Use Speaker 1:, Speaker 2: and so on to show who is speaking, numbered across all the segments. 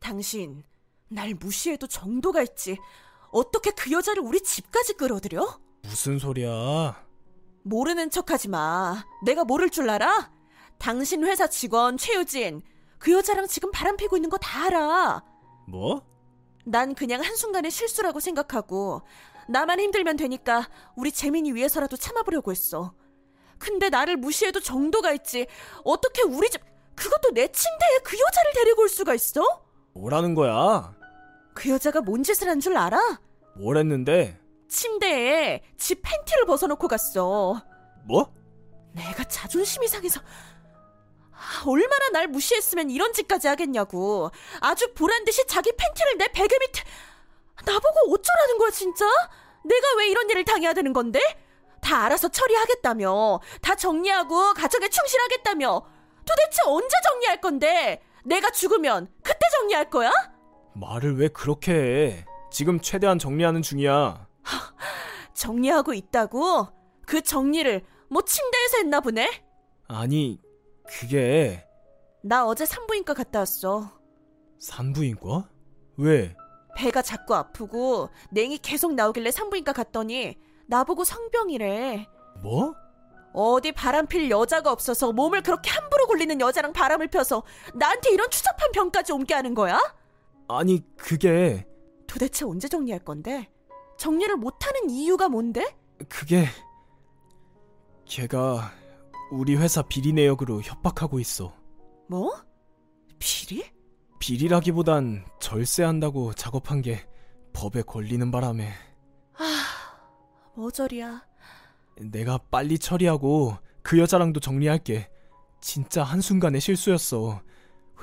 Speaker 1: 당신 날 무시해도 정도가 있지. 어떻게 그 여자를 우리 집까지 끌어들여?
Speaker 2: 무슨 소리야?
Speaker 1: 모르는 척하지 마. 내가 모를 줄 알아? 당신 회사 직원 최유진 그 여자랑 지금 바람 피고 있는 거 다 알아.
Speaker 2: 뭐?
Speaker 1: 난 그냥 한순간의 실수라고 생각하고 나만 힘들면 되니까 우리 재민이 위해서라도 참아보려고 했어. 근데 나를 무시해도 정도가 있지. 어떻게 우리 집 그것도 내 침대에 그 여자를 데리고 올 수가 있어?
Speaker 2: 뭐라는 거야?
Speaker 1: 그 여자가 뭔 짓을 한 줄 알아?
Speaker 2: 뭘 했는데?
Speaker 1: 침대에 지 팬티를 벗어놓고 갔어.
Speaker 2: 뭐?
Speaker 1: 내가 자존심이 상해서 아, 얼마나 날 무시했으면 이런 짓까지 하겠냐고. 아주 보란 듯이 자기 팬티를 내 베개 밑에 나보고 어쩌라는 거야 진짜? 내가 왜 이런 일을 당해야 되는 건데? 다 알아서 처리하겠다며. 다 정리하고 가정에 충실하겠다며. 도대체 언제 정리할 건데? 내가 죽으면 그때 정리할 거야?
Speaker 2: 말을 왜 그렇게 해? 지금 최대한 정리하는 중이야.
Speaker 1: 정리하고 있다고? 그 정리를 뭐 침대에서 했나 보네?
Speaker 2: 아니, 그게
Speaker 1: 나 어제 산부인과 갔다 왔어.
Speaker 2: 산부인과? 왜?
Speaker 1: 배가 자꾸 아프고 냉이 계속 나오길래 산부인과 갔더니 나보고 성병이래.
Speaker 2: 뭐?
Speaker 1: 어디 바람필 여자가 없어서 몸을 그렇게 함부로 굴리는 여자랑 바람을 펴서 나한테 이런 추잡한 병까지 옮게 하는 거야?
Speaker 2: 아니, 그게
Speaker 1: 도대체 언제 정리할 건데? 정리를 못하는 이유가 뭔데?
Speaker 2: 그게 걔가 우리 회사 비리 내역으로 협박하고 있어.
Speaker 1: 뭐? 비리?
Speaker 2: 비리라기보단 절세한다고 작업한 게 법에 걸리는 바람에
Speaker 1: 머저리야.
Speaker 2: 내가 빨리 처리하고 그 여자랑도 정리할게. 진짜 한순간의 실수였어.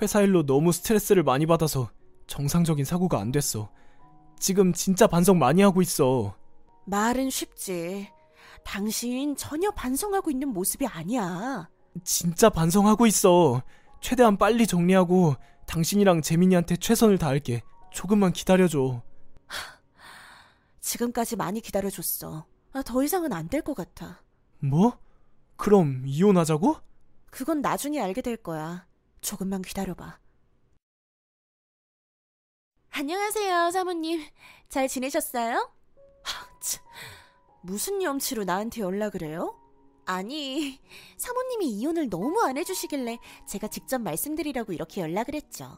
Speaker 2: 회사 일로 너무 스트레스를 많이 받아서 정상적인 사고가 안 됐어. 지금 진짜 반성 많이 하고 있어.
Speaker 1: 말은 쉽지. 당신 전혀 반성하고 있는 모습이 아니야.
Speaker 2: 진짜 반성하고 있어. 최대한 빨리 정리하고 당신이랑 재민이한테 최선을 다할게. 조금만 기다려줘.
Speaker 1: 지금까지 많이 기다려줬어. 아, 더 이상은 안 될 것 같아.
Speaker 2: 뭐? 그럼 이혼하자고?
Speaker 1: 그건 나중에 알게 될 거야. 조금만 기다려봐. 안녕하세요, 사모님. 잘 지내셨어요? 하, 참. 무슨 염치로 나한테 연락을 해요? 아니, 사모님이 이혼을 너무 안 해주시길래 제가 직접 말씀드리라고 이렇게 연락을 했죠.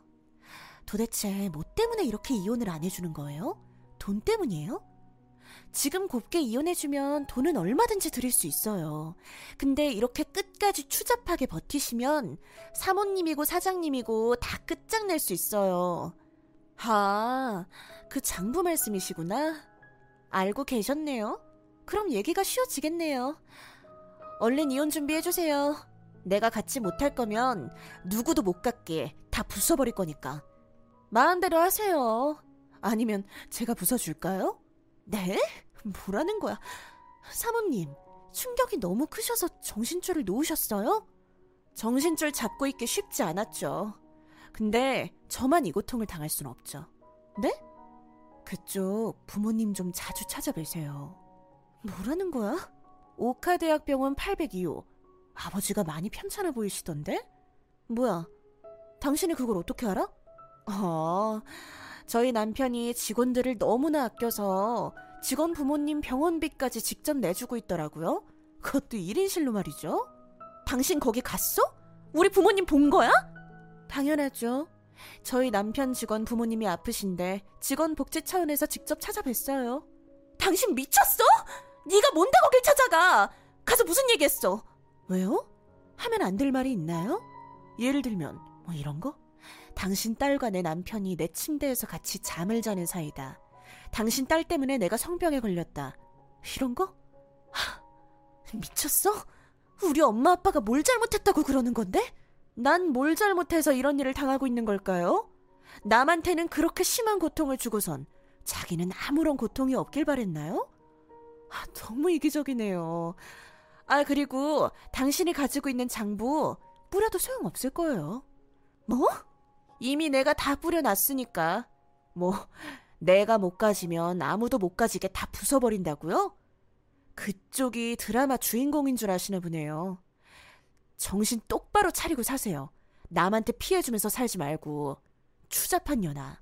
Speaker 1: 도대체 뭐 때문에 이렇게 이혼을 안 해주는 거예요? 돈 때문이에요? 지금 곱게 이혼해주면 돈은 얼마든지 드릴 수 있어요. 근데 이렇게 끝까지 추잡하게 버티시면 사모님이고 사장님이고 다 끝장낼 수 있어요. 아, 그 장부 말씀이시구나. 알고 계셨네요. 그럼 얘기가 쉬워지겠네요. 얼른 이혼 준비해주세요. 내가 갖지 못할 거면 누구도 못 갖게 다 부숴버릴 거니까. 마음대로 하세요. 아니면 제가 부숴줄까요? 네? 뭐라는 거야? 사모님, 충격이 너무 크셔서 정신줄을 놓으셨어요? 정신줄 잡고 있기 쉽지 않았죠. 근데 저만 이 고통을 당할 순 없죠. 네? 그쪽 부모님 좀 자주 찾아뵈세요. 뭐라는 거야? 오카대학병원 802호. 아버지가 많이 편찮아 보이시던데? 뭐야? 당신이 그걸 어떻게 알아? 어, 저희 남편이 직원들을 너무나 아껴서 직원 부모님 병원비까지 직접 내주고 있더라고요. 그것도 1인실로 말이죠. 당신 거기 갔어? 우리 부모님 본 거야? 당연하죠. 저희 남편 직원 부모님이 아프신데 직원 복지 차원에서 직접 찾아뵀어요. 당신 미쳤어? 네가 뭔데 거길 찾아가? 가서 무슨 얘기했어? 왜요? 하면 안 될 말이 있나요? 예를 들면 뭐 이런 거? 당신 딸과 내 남편이 내 침대에서 같이 잠을 자는 사이다. 당신 딸 때문에 내가 성병에 걸렸다. 이런 거? 하, 미쳤어? 우리 엄마 아빠가 뭘 잘못했다고 그러는 건데? 난 뭘 잘못해서 이런 일을 당하고 있는 걸까요? 남한테는 그렇게 심한 고통을 주고선 자기는 아무런 고통이 없길 바랬나요? 아, 너무 이기적이네요. 아, 그리고 당신이 가지고 있는 장부 뿌려도 소용없을 거예요. 뭐? 이미 내가 다 뿌려놨으니까. 뭐, 내가 못 가지면 아무도 못 가지게 다 부숴버린다고요? 그쪽이 드라마 주인공인 줄 아시나 보네요. 정신 똑바로 차리고 사세요. 남한테 피해주면서 살지 말고. 추잡한 년아.